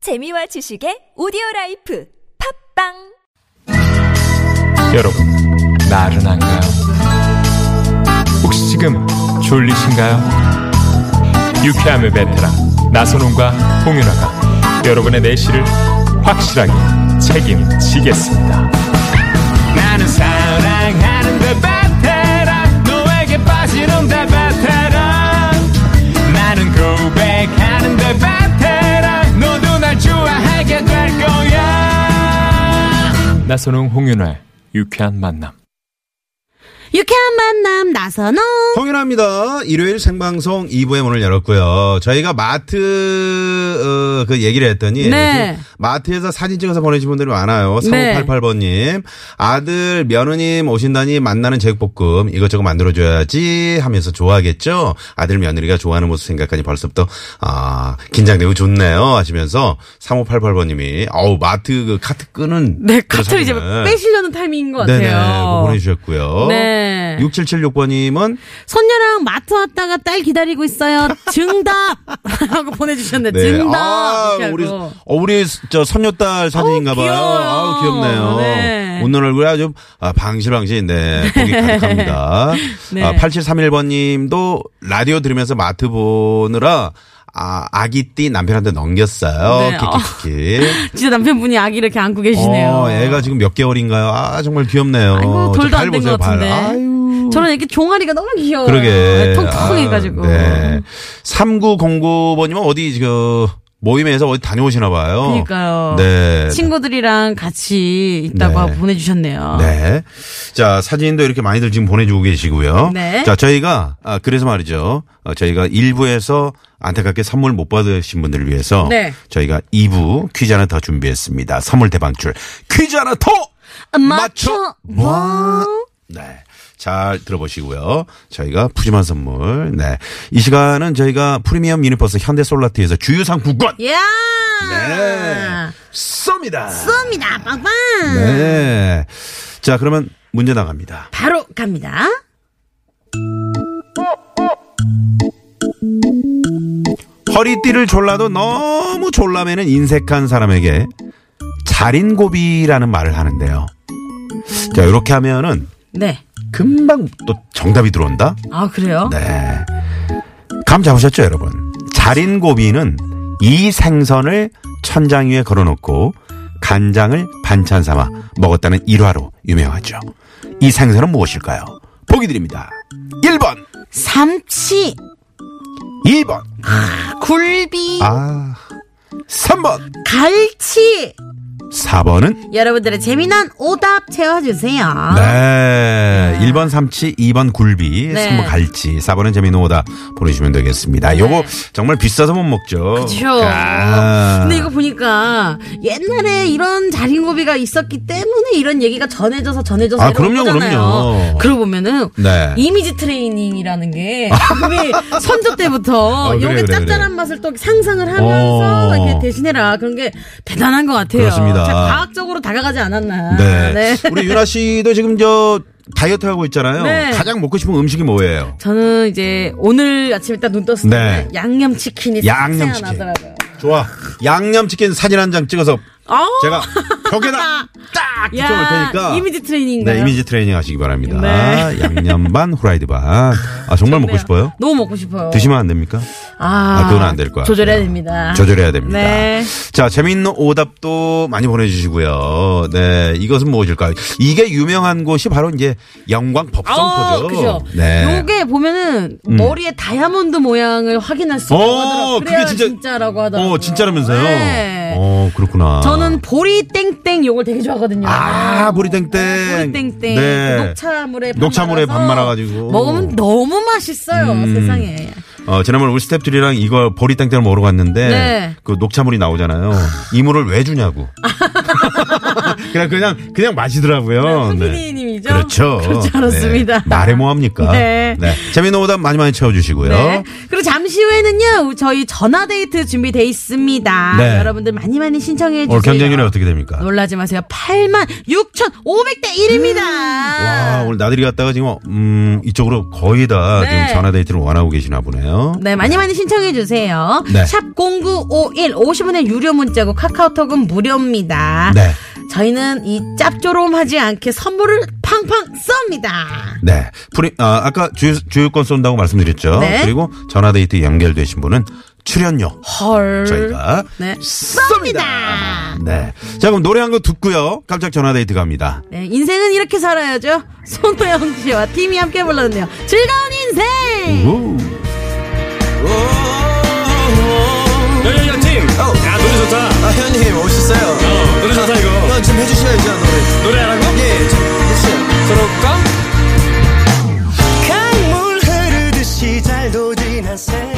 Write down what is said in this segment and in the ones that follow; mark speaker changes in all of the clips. Speaker 1: 재미와 지식의 오디오 라이프 팝빵
Speaker 2: 여러분, 나른한가요? 혹시 지금 졸리신가요? 유쾌함의 베테랑 나선홍과 홍윤아가 여러분의 내실을 확실하게 책임지겠습니다. 나는 사랑하는데 그 베테랑 너에게 빠지는데 베테랑 나는 고백하는데 그 베테랑 너도 날 좋아하게 될 거야. 나선홍 홍윤아의 유쾌한 만남.
Speaker 3: 유쾌한 만남 나선홍
Speaker 4: 홍윤아입니다. 일요일 생방송 2부에 문을 열었고요. 저희가 마트 어, 그 얘기를 했더니
Speaker 3: 네.
Speaker 4: 마트에서 사진 찍어서 보내주신 분들이 많아요.
Speaker 3: 네.
Speaker 4: 3588번님 아들 며느님 오신다니 만나는 제육볶음 이것저것 만들어줘야지 하면서 좋아하겠죠. 아들 며느리가 좋아하는 모습 생각하니 벌써부터 아 긴장되고 좋네요 하시면서 3588번님이 어우 마트 그 카트 끄는
Speaker 3: 네
Speaker 4: 그
Speaker 3: 카트를 이제
Speaker 4: 사진을
Speaker 3: 빼시려는 타이밍인 것
Speaker 4: 네네 그거
Speaker 3: 같아요
Speaker 4: 보내주셨고요.
Speaker 3: 네.
Speaker 4: 6776번님은
Speaker 3: 손녀랑 마트 왔다가 딸 기다리고 있어요 증답 하고 보내주셨네 증답
Speaker 4: 아,
Speaker 3: 이렇게
Speaker 4: 우리,
Speaker 3: 하고.
Speaker 4: 어, 우리 저 손녀딸 사진인가봐요.
Speaker 3: 귀여워요.
Speaker 4: 아우, 귀엽네요.
Speaker 3: 네.
Speaker 4: 웃는 얼굴이 아주 아, 방실방실, 네, 보기 가득합니다.
Speaker 3: 네.
Speaker 4: 아, 8731번 님도 라디오 들으면서 마트 보느라 아, 아기띠 남편한테 넘겼어요.
Speaker 3: 네.
Speaker 4: 키키키키.
Speaker 3: 진짜 남편분이 아기 이렇게 안고 계시네요
Speaker 4: 어, 애가 지금 몇 개월인가요? 아, 정말 귀엽네요.
Speaker 3: 아이고 돌도
Speaker 4: 저
Speaker 3: 안
Speaker 4: 발
Speaker 3: 된 것
Speaker 4: 보세요, 발.
Speaker 3: 같은데
Speaker 4: 아유.
Speaker 3: 저는 이렇게 종아리가 너무 귀여워요
Speaker 4: 그러게.
Speaker 3: 통통
Speaker 4: 아,
Speaker 3: 해가지고
Speaker 4: 네. 3909번님은 어디, 그, 모임에서 어디 다녀오시나 봐요.
Speaker 3: 그러니까요
Speaker 4: 네.
Speaker 3: 친구들이랑 같이 있다고
Speaker 4: 네.
Speaker 3: 하고 보내주셨네요
Speaker 4: 네. 자, 사진도 이렇게 많이들 지금 보내주고 계시고요.
Speaker 3: 네.
Speaker 4: 자, 저희가, 아, 그래서 말이죠. 어, 저희가 1부에서 안타깝게 선물 못 받으신 분들을 위해서
Speaker 3: 네.
Speaker 4: 저희가 2부 퀴즈 하나 더 준비했습니다. 선물 대방출 퀴즈 하나 더!
Speaker 3: 맞춰 뭐?
Speaker 4: 와. 네. 잘 들어보시고요. 저희가 푸짐한 선물. 네. 이 시간은 저희가 프리미엄 미니버스 현대솔라트에서 주유상품권
Speaker 3: 야
Speaker 4: 네. 쏩니다.
Speaker 3: 쏩니다 빵빵
Speaker 4: 네. 자, 그러면 문제 나갑니다.
Speaker 3: 바로 갑니다.
Speaker 4: 허리띠를 졸라도 너무 졸라매는 인색한 사람에게 자린고비라는 말을 하는데요. 자, 이렇게 하면은
Speaker 3: 네.
Speaker 4: 금방 또 정답이 들어온다?
Speaker 3: 아 그래요?
Speaker 4: 네. 감 잡으셨죠, 여러분? 자린고비는 이 생선을 천장 위에 걸어놓고 간장을 반찬 삼아 먹었다는 일화로 유명하죠. 이 생선은 무엇일까요? 보기 드립니다. 1번,
Speaker 3: 삼치,
Speaker 4: 2번,
Speaker 3: 굴비,
Speaker 4: 아, 3번,
Speaker 3: 갈치.
Speaker 4: 4번은
Speaker 3: 여러분들의 재미난 오답 채워주세요.
Speaker 4: 네. 1번 삼치, 2번 굴비,
Speaker 3: 네.
Speaker 4: 3번 갈치, 4번은 재미있는 오다 보내주시면 되겠습니다. 요거 정말 비싸서 못 먹죠.
Speaker 3: 그쵸.
Speaker 4: 아.
Speaker 3: 그렇죠. 근데 이거 보니까 옛날에 이런 자린고비가 있었기 때문에 이런 얘기가 전해져서 전해져서
Speaker 4: 아,
Speaker 3: 이런
Speaker 4: 그럼요,
Speaker 3: 거잖아요.
Speaker 4: 그럼요.
Speaker 3: 그러고 보면은
Speaker 4: 네.
Speaker 3: 이미지 트레이닝이라는 게 이미 선조 때부터
Speaker 4: 어, 그래요,
Speaker 3: 요게
Speaker 4: 그래요,
Speaker 3: 짭짤한
Speaker 4: 그래요.
Speaker 3: 맛을 또 상상을 하면서
Speaker 4: 어.
Speaker 3: 이렇게 대신해라 그런 게 대단한 것 같아요.
Speaker 4: 그렇습니다.
Speaker 3: 자, 과학적으로 다가가지 않았나.
Speaker 4: 네. 우리 윤아 씨도 지금 저 다이어트 하고 있잖아요.
Speaker 3: 네.
Speaker 4: 가장 먹고 싶은 음식이 뭐예요?
Speaker 3: 저는 이제 오늘 아침에 딱 눈 떴을 때
Speaker 4: 네.
Speaker 3: 양념치킨이
Speaker 4: 양념치킨.
Speaker 3: 생각이 나더라고요.
Speaker 4: 좋아. 양념치킨 사진 한 장 찍어서
Speaker 3: 아,
Speaker 4: 제가 벽에다 딱
Speaker 3: 야,
Speaker 4: 붙여놓을 테니까.
Speaker 3: 이미지 트레이닝인가요?
Speaker 4: 네, 이미지 트레이닝 하시기 바랍니다.
Speaker 3: 네.
Speaker 4: 양념 반, 후라이드 반. 아, 정말 먹고
Speaker 3: 네.
Speaker 4: 싶어요?
Speaker 3: 너무 먹고 싶어요.
Speaker 4: 드시면 안 됩니까?
Speaker 3: 아,
Speaker 4: 아, 그건 안 될 거야.
Speaker 3: 조절해야 됩니다.
Speaker 4: 조절해야 됩니다.
Speaker 3: 아. 네.
Speaker 4: 자, 재미있는 오답도 많이 보내주시고요. 네, 이것은 무엇일까요? 이게 유명한 곳이 바로 이제 영광
Speaker 3: 아,
Speaker 4: 법성포죠.
Speaker 3: 그죠.
Speaker 4: 네. 음.
Speaker 3: 요게 보면은 머리에 다이아몬드 모양을 확인할 수 있다고 하더라고요.
Speaker 4: 어,
Speaker 3: 그래야
Speaker 4: 그게
Speaker 3: 진짜,
Speaker 4: 진짜-
Speaker 3: 진짜라고 하더라고요.
Speaker 4: 어, 진짜라면서요?
Speaker 3: 네.
Speaker 4: 어, 그렇구나.
Speaker 3: 저는 보리 땡땡 요걸 되게 좋아하거든요. 네,
Speaker 4: 아, 보리땡땡.
Speaker 3: 보리 땡땡.
Speaker 4: 네.
Speaker 3: 그 녹차물에 밥
Speaker 4: 녹차물에 밥
Speaker 3: 말아서
Speaker 4: 말아가지고. 음.
Speaker 3: 먹으면 너무 맛있어요. 세상에.
Speaker 4: 어, 지난번 우리 스탭들이랑 이거 보리땡땡을 먹으러 갔는데
Speaker 3: 네.
Speaker 4: 그 녹차물이 나오잖아요. 이 물을 왜 주냐고. 그냥 그냥 그냥 마시더라고요.
Speaker 3: 네,
Speaker 4: 네.
Speaker 3: 후디님이죠?
Speaker 4: 그렇죠.
Speaker 3: 그렇지 않았습니다.
Speaker 4: 네. 말해 뭐합니까?
Speaker 3: 네.
Speaker 4: 재미있는 오답 많이 많이 채워주시고요.
Speaker 3: 네. 그리고 잠시 후에는요, 저희 전화데이트 준비돼 있습니다.
Speaker 4: 네.
Speaker 3: 여러분들 많이 많이 신청해 주세요.
Speaker 4: 오늘 경쟁률이 어떻게 됩니까?
Speaker 3: 놀라지 마세요. 8만 6,500대 1입니다.
Speaker 4: 음, 와 오늘 나들이 갔다가 지금 음 이쪽으로 거의 다
Speaker 3: 네.
Speaker 4: 지금 전화 데이트를 원하고 계시나 보네요.
Speaker 3: 네, 많이 많이 신청해 주세요.
Speaker 4: 네.
Speaker 3: 샵 0951 50원의 유료 문자고 카카오톡은 무료입니다.
Speaker 4: 네.
Speaker 3: 저희는 이 짭조름하지 않게 선물을 팡팡 쏩니다.
Speaker 4: 네. 프리, 아, 아까 주유, 주유권 쏜다고 말씀드렸죠.
Speaker 3: 네.
Speaker 4: 그리고 전화 데이트 연결되신 분은 출연료
Speaker 3: 헐.
Speaker 4: 저희가
Speaker 3: 네.
Speaker 4: 쏩니다. 네. 자 그럼 노래 한 곡 듣고요. 깜짝 전화 데이트 갑니다.
Speaker 3: 네, 인생은 이렇게 살아야죠. 손호영 씨와 팀이 함께 불렀네요. 즐거운 인생!
Speaker 4: 우.
Speaker 5: 야야야 팀! 야 노래 좋다
Speaker 6: 아 형님 오셨어요
Speaker 5: 어 노래 좋다 이거
Speaker 6: 좀 해주셔야죠 노래
Speaker 5: 노래하라고?
Speaker 6: 예좀 해주세요
Speaker 5: 들어올까? 어.
Speaker 6: 강물 흐르듯이 잘도 지난 세월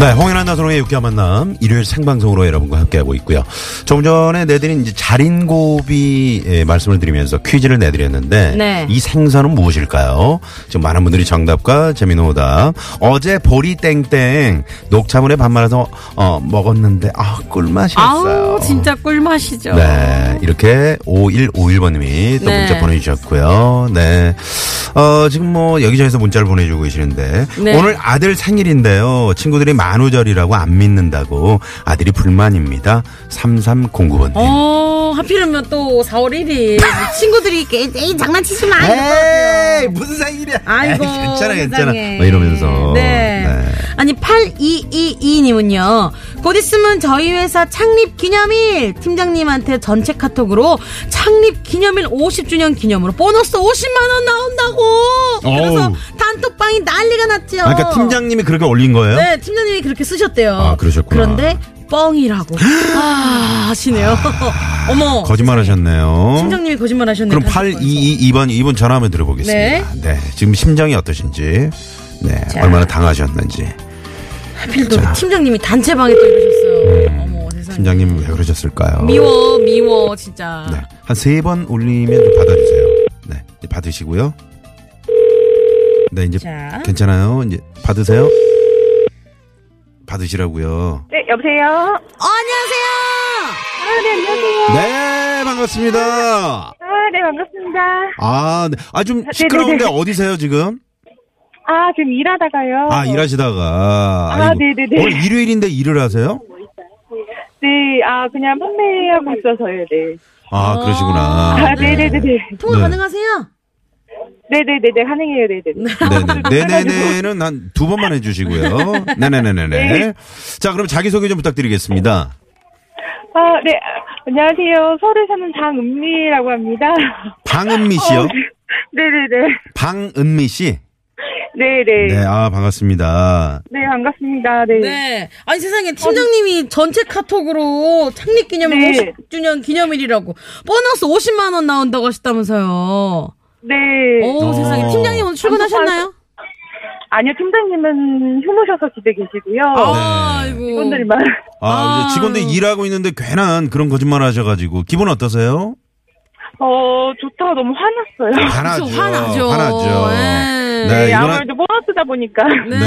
Speaker 4: 네, 홍연한 나선홍의 유쾌한 만남 일요일 생방송으로 여러분과 함께하고 있고요. 조금 전에 내드린 이제 자린고비 예, 말씀을 드리면서 퀴즈를 내드렸는데
Speaker 3: 네.
Speaker 4: 이 생선은 무엇일까요? 지금 많은 분들이 정답과 재미있는 오답. 어제 보리 땡땡 녹차물에 밥 말아서 어, 먹었는데 아 꿀맛이었어요.
Speaker 3: 아우, 진짜 꿀맛이죠.
Speaker 4: 네, 이렇게 5151번님이 또
Speaker 3: 네.
Speaker 4: 문자 보내주셨고요. 네. 어, 지금 뭐 여기저기서 문자를 보내주고 계시는데
Speaker 3: 네.
Speaker 4: 오늘 아들 생일인데요. 친구들이 만우절이라고 안 믿는다고 아들이 불만입니다. 3309번님.
Speaker 3: 어, 하필이면 또 4월 1일. 친구들이 게- 에이, 장난치지 마!
Speaker 4: 에이, 무슨 생일이야.
Speaker 3: 아이고.
Speaker 4: 에이, 괜찮아, 괜찮아.
Speaker 3: 세상에.
Speaker 4: 뭐 이러면서.
Speaker 3: 네. 아니, 8222님은요. 곧 있으면 저희 회사 창립 기념일 팀장님한테 전체 카톡으로 창립 기념일 50주년 기념으로 보너스 50만원 나온다고! 그래서
Speaker 4: 어우.
Speaker 3: 단톡방이 난리가 났죠.
Speaker 4: 아, 그러니까 팀장님이 그렇게 올린 거예요?
Speaker 3: 네, 팀장님이 그렇게 쓰셨대요.
Speaker 4: 아, 그러셨구나.
Speaker 3: 그런데 뻥이라고. 아, 하시네요. 어머.
Speaker 4: 거짓말 하셨네요.
Speaker 3: 팀장님이 거짓말 하셨네요.
Speaker 4: 그럼 8222번 이분 전화 한번 들어보겠습니다.
Speaker 3: 네.
Speaker 4: 네. 지금 심정이 어떠신지, 네, 얼마나 당하셨는지.
Speaker 3: 하필 또 팀장님이 단체방에 또 이러셨어요. 어머, 세상에.
Speaker 4: 음. 팀장님 왜 그러셨을까요?
Speaker 3: 미워, 미워, 진짜.
Speaker 4: 네, 한 세 번 올리면 좀 받아주세요. 네, 이제 받으시고요. 네, 이제
Speaker 3: 자.
Speaker 4: 괜찮아요. 이제 받으세요. 받으시라고요.
Speaker 7: 네, 여보세요?
Speaker 3: 안녕하세요!
Speaker 7: 아, 네, 안녕하세요.
Speaker 4: 네, 반갑습니다.
Speaker 7: 아, 네, 반갑습니다.
Speaker 4: 아, 네. 아, 좀 시끄러운데
Speaker 7: 네네네.
Speaker 4: 어디세요, 지금?
Speaker 7: 아, 지금 일하다가요.
Speaker 4: 아, 일하시다가.
Speaker 7: 어. 아,
Speaker 4: 아이고.
Speaker 7: 네네네.
Speaker 4: 오늘 일요일인데 일을 하세요?
Speaker 7: 네, 아, 그냥 판매하고 있어서요, 네.
Speaker 4: 아, 그러시구나.
Speaker 7: 아, 네, 네, 네, 네.
Speaker 3: 통화
Speaker 4: 네.
Speaker 3: 가능하세요?
Speaker 7: 네, 네, 네, 네, 가능해요, 네,
Speaker 4: 네네.
Speaker 7: 네. 네.
Speaker 4: 네네네는 한 두 번만 해주시고요. 네네네네네. 자, 그럼 자기소개 좀 부탁드리겠습니다.
Speaker 7: 아, 네, 아, 안녕하세요. 서울에 사는 장은미라고 합니다.
Speaker 4: 방은미 씨요.
Speaker 7: 네, 네, 네.
Speaker 4: 방은미 씨.
Speaker 7: 네, 네.
Speaker 4: 네, 아, 반갑습니다.
Speaker 7: 네, 반갑습니다. 네.
Speaker 3: 네. 아니, 세상에, 팀장님이 전체 카톡으로 창립기념일
Speaker 7: 네.
Speaker 3: 50주년 기념일이라고 보너스 50만원 나온다고 하셨다면서요.
Speaker 7: 네.
Speaker 3: 오,
Speaker 4: 어.
Speaker 3: 세상에. 팀장님 오늘 출근하셨나요?
Speaker 7: 아니요, 팀장님은 휴무셔서 집에 계시고요.
Speaker 3: 아이고.
Speaker 7: 분들만.
Speaker 4: 아, 이제 직원들 일하고 있는데 괜한 그런 거짓말 하셔가지고 기분 어떠세요?
Speaker 7: 어, 좋다. 너무 아, 화났어요.
Speaker 4: 화나죠.
Speaker 3: 그쵸, 화나죠.
Speaker 4: 화나죠.
Speaker 3: 네.
Speaker 4: 네,
Speaker 7: 네,
Speaker 4: 이거는,
Speaker 7: 아무래도 보너스다 보니까.
Speaker 3: 네.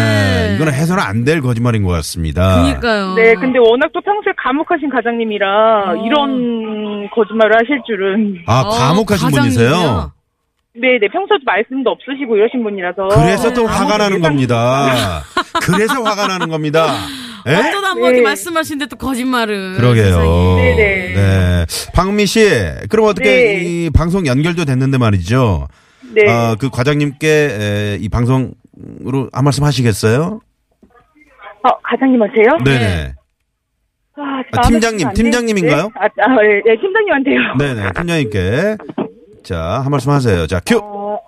Speaker 4: 네, 이거는 해서는 안 될 거짓말인 것 같습니다.
Speaker 3: 그니까요.
Speaker 4: 아.
Speaker 7: 네, 근데 워낙 또 평소에 감옥하신 과장님이라
Speaker 3: 어.
Speaker 7: 이런 거짓말을 하실 줄은.
Speaker 4: 아,
Speaker 3: 어,
Speaker 4: 과묵하신 분이세요?
Speaker 3: 과장님이요?
Speaker 7: 네, 네, 평소에도 말씀도 없으시고 이러신 분이라서.
Speaker 4: 그래서 또 화가
Speaker 7: 아무리
Speaker 4: 나는
Speaker 7: 세상-
Speaker 4: 겁니다. 그래서 화가 나는 겁니다. 예? 에?
Speaker 3: 어쩌다 한번 뭐 이렇게
Speaker 7: 네.
Speaker 3: 말씀하시는데 또 거짓말을.
Speaker 4: 그러게요.
Speaker 3: 세상에.
Speaker 7: 네네.
Speaker 4: 네. 박은미 씨, 그럼 어떻게
Speaker 7: 네.
Speaker 4: 이 방송 연결도 됐는데 말이죠.
Speaker 7: 네.
Speaker 4: 아, 그 과장님께 에, 이 방송으로 한 말씀 하시겠어요?
Speaker 7: 어, 과장님한테요?
Speaker 4: 네네.
Speaker 7: 아,
Speaker 4: 아, 팀장님, 팀장님인가요?
Speaker 7: 네? 아, 아, 예, 예, 팀장님한테요.
Speaker 4: 네네. 팀장님께. 자, 한 말씀 하세요. 자, 큐!
Speaker 7: 어,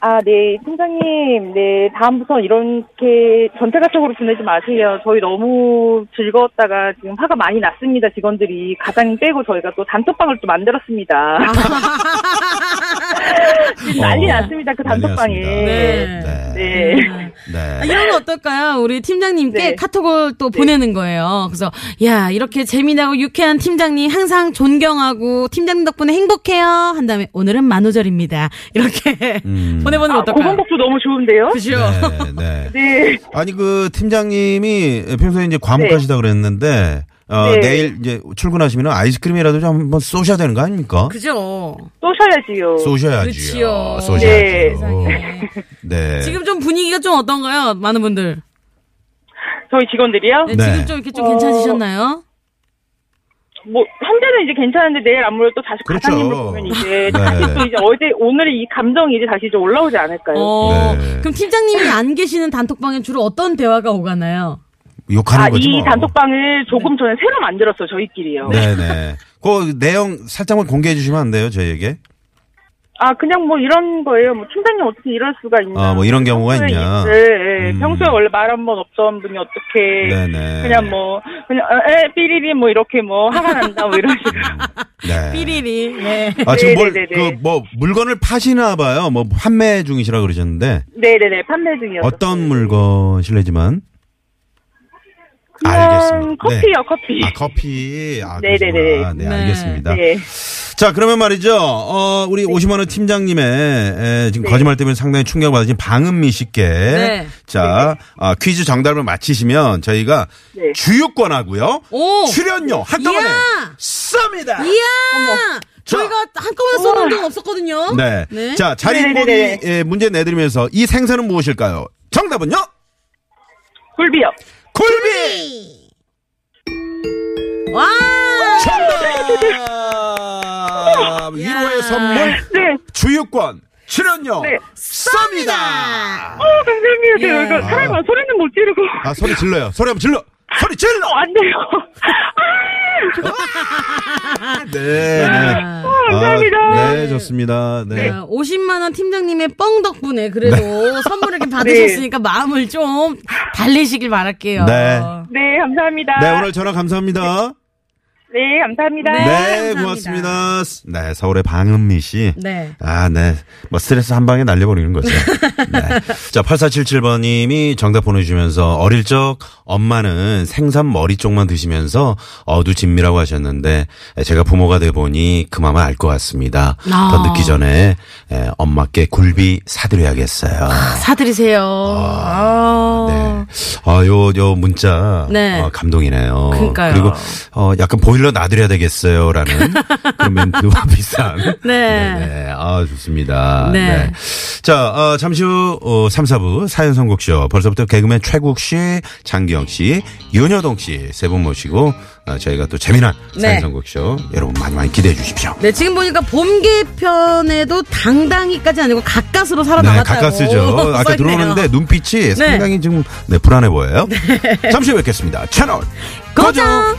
Speaker 7: 아, 네, 팀장님, 네, 다음부터 이렇게 전체가적으로 보내지 마세요. 저희 너무 즐거웠다가 지금 화가 많이 났습니다,
Speaker 4: 아.
Speaker 7: 직원들이. 과장님 빼고 저희가 또 단톡방을 또 만들었습니다. 지금 난리
Speaker 4: 어,
Speaker 7: 났습니다. 그
Speaker 4: 난리
Speaker 7: 단톡방에.
Speaker 4: 났습니다. 네.
Speaker 7: 네.
Speaker 4: 네.
Speaker 3: 아, 이런 거 어떨까요? 우리 팀장님께
Speaker 7: 네.
Speaker 3: 카톡을 또 보내는 거예요. 그래서 야 이렇게 재미나고 유쾌한 팀장님 항상 존경하고 팀장님 덕분에 행복해요. 한 다음에 오늘은 만우절입니다. 이렇게
Speaker 4: 음.
Speaker 3: 보내보는 거
Speaker 7: 아, 그
Speaker 3: 어떨까요?
Speaker 7: 방법도 너무 좋은데요?
Speaker 3: 그죠?
Speaker 4: 네, 네.
Speaker 7: 네.
Speaker 4: 아니 그 팀장님이 평소에 이제 과묵하시다 그랬는데 어,
Speaker 7: 네.
Speaker 4: 내일 이제 출근하시면 아이스크림이라도 좀 한번 쏘셔야 되는 거 아닙니까?
Speaker 3: 그죠?
Speaker 7: 쏘셔야지요.
Speaker 4: 쏘셔야지요.
Speaker 3: 그렇지요.
Speaker 7: 네.
Speaker 4: 쏘셔야죠. 네.
Speaker 3: 지금 좀 분위기가 좀 어떤가요? 많은 분들.
Speaker 7: 저희 직원들이요?
Speaker 3: 네,
Speaker 4: 네.
Speaker 3: 지금 좀 이렇게 좀
Speaker 7: 어.
Speaker 3: 괜찮으셨나요?
Speaker 7: 뭐, 현재는 이제 괜찮은데 내일 아무래도 다시
Speaker 4: 그렇죠.
Speaker 7: 과장님을 보면 이제
Speaker 4: 네.
Speaker 7: 다시 또 이제 어제, 오늘의 이 감정이 이제 다시 좀 올라오지 않을까요?
Speaker 3: 어,
Speaker 4: 네.
Speaker 3: 그럼 팀장님이 안 계시는 단톡방에 주로 어떤 대화가 오가나요?
Speaker 4: 욕하는
Speaker 7: 아,
Speaker 4: 거지
Speaker 7: 이
Speaker 4: 뭐.
Speaker 7: 단톡방을 조금 전에 새로 만들었어요, 저희끼리요.
Speaker 4: 네네. 그 내용 살짝만 공개해 주시면 안 돼요, 저희에게?
Speaker 7: 아, 그냥 뭐 이런 거예요. 뭐, 팀장님 어떻게 이럴 수가 있나.
Speaker 4: 아, 뭐 이런 경우가
Speaker 7: 평소에
Speaker 4: 있냐.
Speaker 7: 이- 네, 네.
Speaker 4: 음.
Speaker 7: 평소에 원래 말 한 번 없던 분이 어떻게.
Speaker 4: 네네.
Speaker 7: 그냥 뭐, 그냥, 어, 에, 삐리리, 뭐, 이렇게 뭐, 화가 난다, 뭐, 이런 식으로.
Speaker 4: 네.
Speaker 3: 삐리리. 네.
Speaker 4: 아, 지금 뭘, 그,
Speaker 7: 네네네네.
Speaker 4: 뭐, 물건을 파시나 봐요. 뭐, 판매 중이시라 그러셨는데,
Speaker 7: 네네네, 판매 중이었어요.
Speaker 4: 어떤 물건, 실례지만.
Speaker 7: 그냥
Speaker 4: 알겠습니다. 네.
Speaker 7: 커피요, 커피.
Speaker 4: 아, 커피. 아,
Speaker 7: 네네네.
Speaker 4: 그러시구나. 네,
Speaker 3: 네.
Speaker 4: 알겠습니다.
Speaker 7: 네.
Speaker 4: 자, 그러면 말이죠. 어, 우리 50만원 팀장님의, 에, 지금 거짓말 때문에 상당히 충격받으신 방은미 씨께.
Speaker 3: 네.
Speaker 4: 자, 아, 퀴즈 정답을 맞히시면 저희가
Speaker 7: 네.
Speaker 4: 주유권하고요.
Speaker 3: 오!
Speaker 4: 출연료 한꺼번에
Speaker 3: 이야!
Speaker 4: 쏩니다.
Speaker 3: 이야! 저희가 한꺼번에 쏘는 적 없었거든요.
Speaker 4: 네.
Speaker 3: 네.
Speaker 4: 자, 자린고비
Speaker 7: 네네네네.
Speaker 4: 예, 문제 내드리면서 이 생선은 무엇일까요? 정답은요?
Speaker 7: 굴비요.
Speaker 4: 굴비!
Speaker 3: 와!
Speaker 4: 정답! 위로의 선물
Speaker 7: 네.
Speaker 4: 주유권 출연료
Speaker 7: 네.
Speaker 4: 쏩니다.
Speaker 7: 어, 감사합니다. 제가
Speaker 3: 예.
Speaker 7: 이거 사람 아. 소리는 못 지르고.
Speaker 4: 아, 소리 질러요. 소리 한번 질러. 소리 질러.
Speaker 7: 어, 안 돼요. 아,
Speaker 4: 네. 네.
Speaker 7: 감사합니다.
Speaker 4: 아, 네, 좋습니다. 네.
Speaker 3: 50만원 팀장님의 뻥 덕분에 그래도 선물을 이렇게 받으셨으니까 마음을 좀 달래시길 바랄게요.
Speaker 4: 네.
Speaker 7: 네, 감사합니다.
Speaker 4: 네, 오늘 전화 감사합니다.
Speaker 7: 네, 감사합니다.
Speaker 3: 네,
Speaker 4: 네,
Speaker 3: 감사합니다.
Speaker 4: 고맙습니다. 네, 서울의 방은미 씨.
Speaker 3: 네.
Speaker 4: 아, 네. 뭐 스트레스 한 방에 날려버리는 거죠. 네. 자, 8477번님이 정답 보내주시면서 어릴 적 엄마는 생선 머리 쪽만 드시면서 어두진미라고 하셨는데 제가 부모가 돼 보니 그 마음을 알 것 같습니다.
Speaker 3: 아.
Speaker 4: 더 늦기 전에 예, 엄마께 굴비 사드려야겠어요.
Speaker 3: 사드리세요. 아.
Speaker 4: 네. 아, 요, 요 문자.
Speaker 3: 네.
Speaker 4: 어, 감동이네요.
Speaker 3: 그러니까요.
Speaker 4: 그리고, 어, 약간 보일러 놔드려야 되겠어요. 라는 그런 멘트와 비슷한.
Speaker 3: 네.
Speaker 4: 네네. 아, 좋습니다.
Speaker 3: 네.
Speaker 4: 네. 자, 어, 잠시 후, 어, 3, 4부 사연 선곡쇼. 벌써부터 개그맨 최국 씨, 장기영 씨, 윤여동 씨 세 분 모시고, 어, 저희가 또 재미난
Speaker 3: 네.
Speaker 4: 사연 선곡쇼. 여러분 많이 많이 기대해 주십시오.
Speaker 3: 네, 지금 보니까 봄 개편에도 당당히까지 아니고 가까스로
Speaker 4: 네,
Speaker 3: 살아남았다고.
Speaker 4: 가까스죠.
Speaker 3: 써있네요.
Speaker 4: 아까 들어오는데 네,
Speaker 3: 네.
Speaker 4: 눈빛이 상당히 지금 네, 불안해 보여요. 잠시 후에 뵙겠습니다. 채널
Speaker 3: 고정!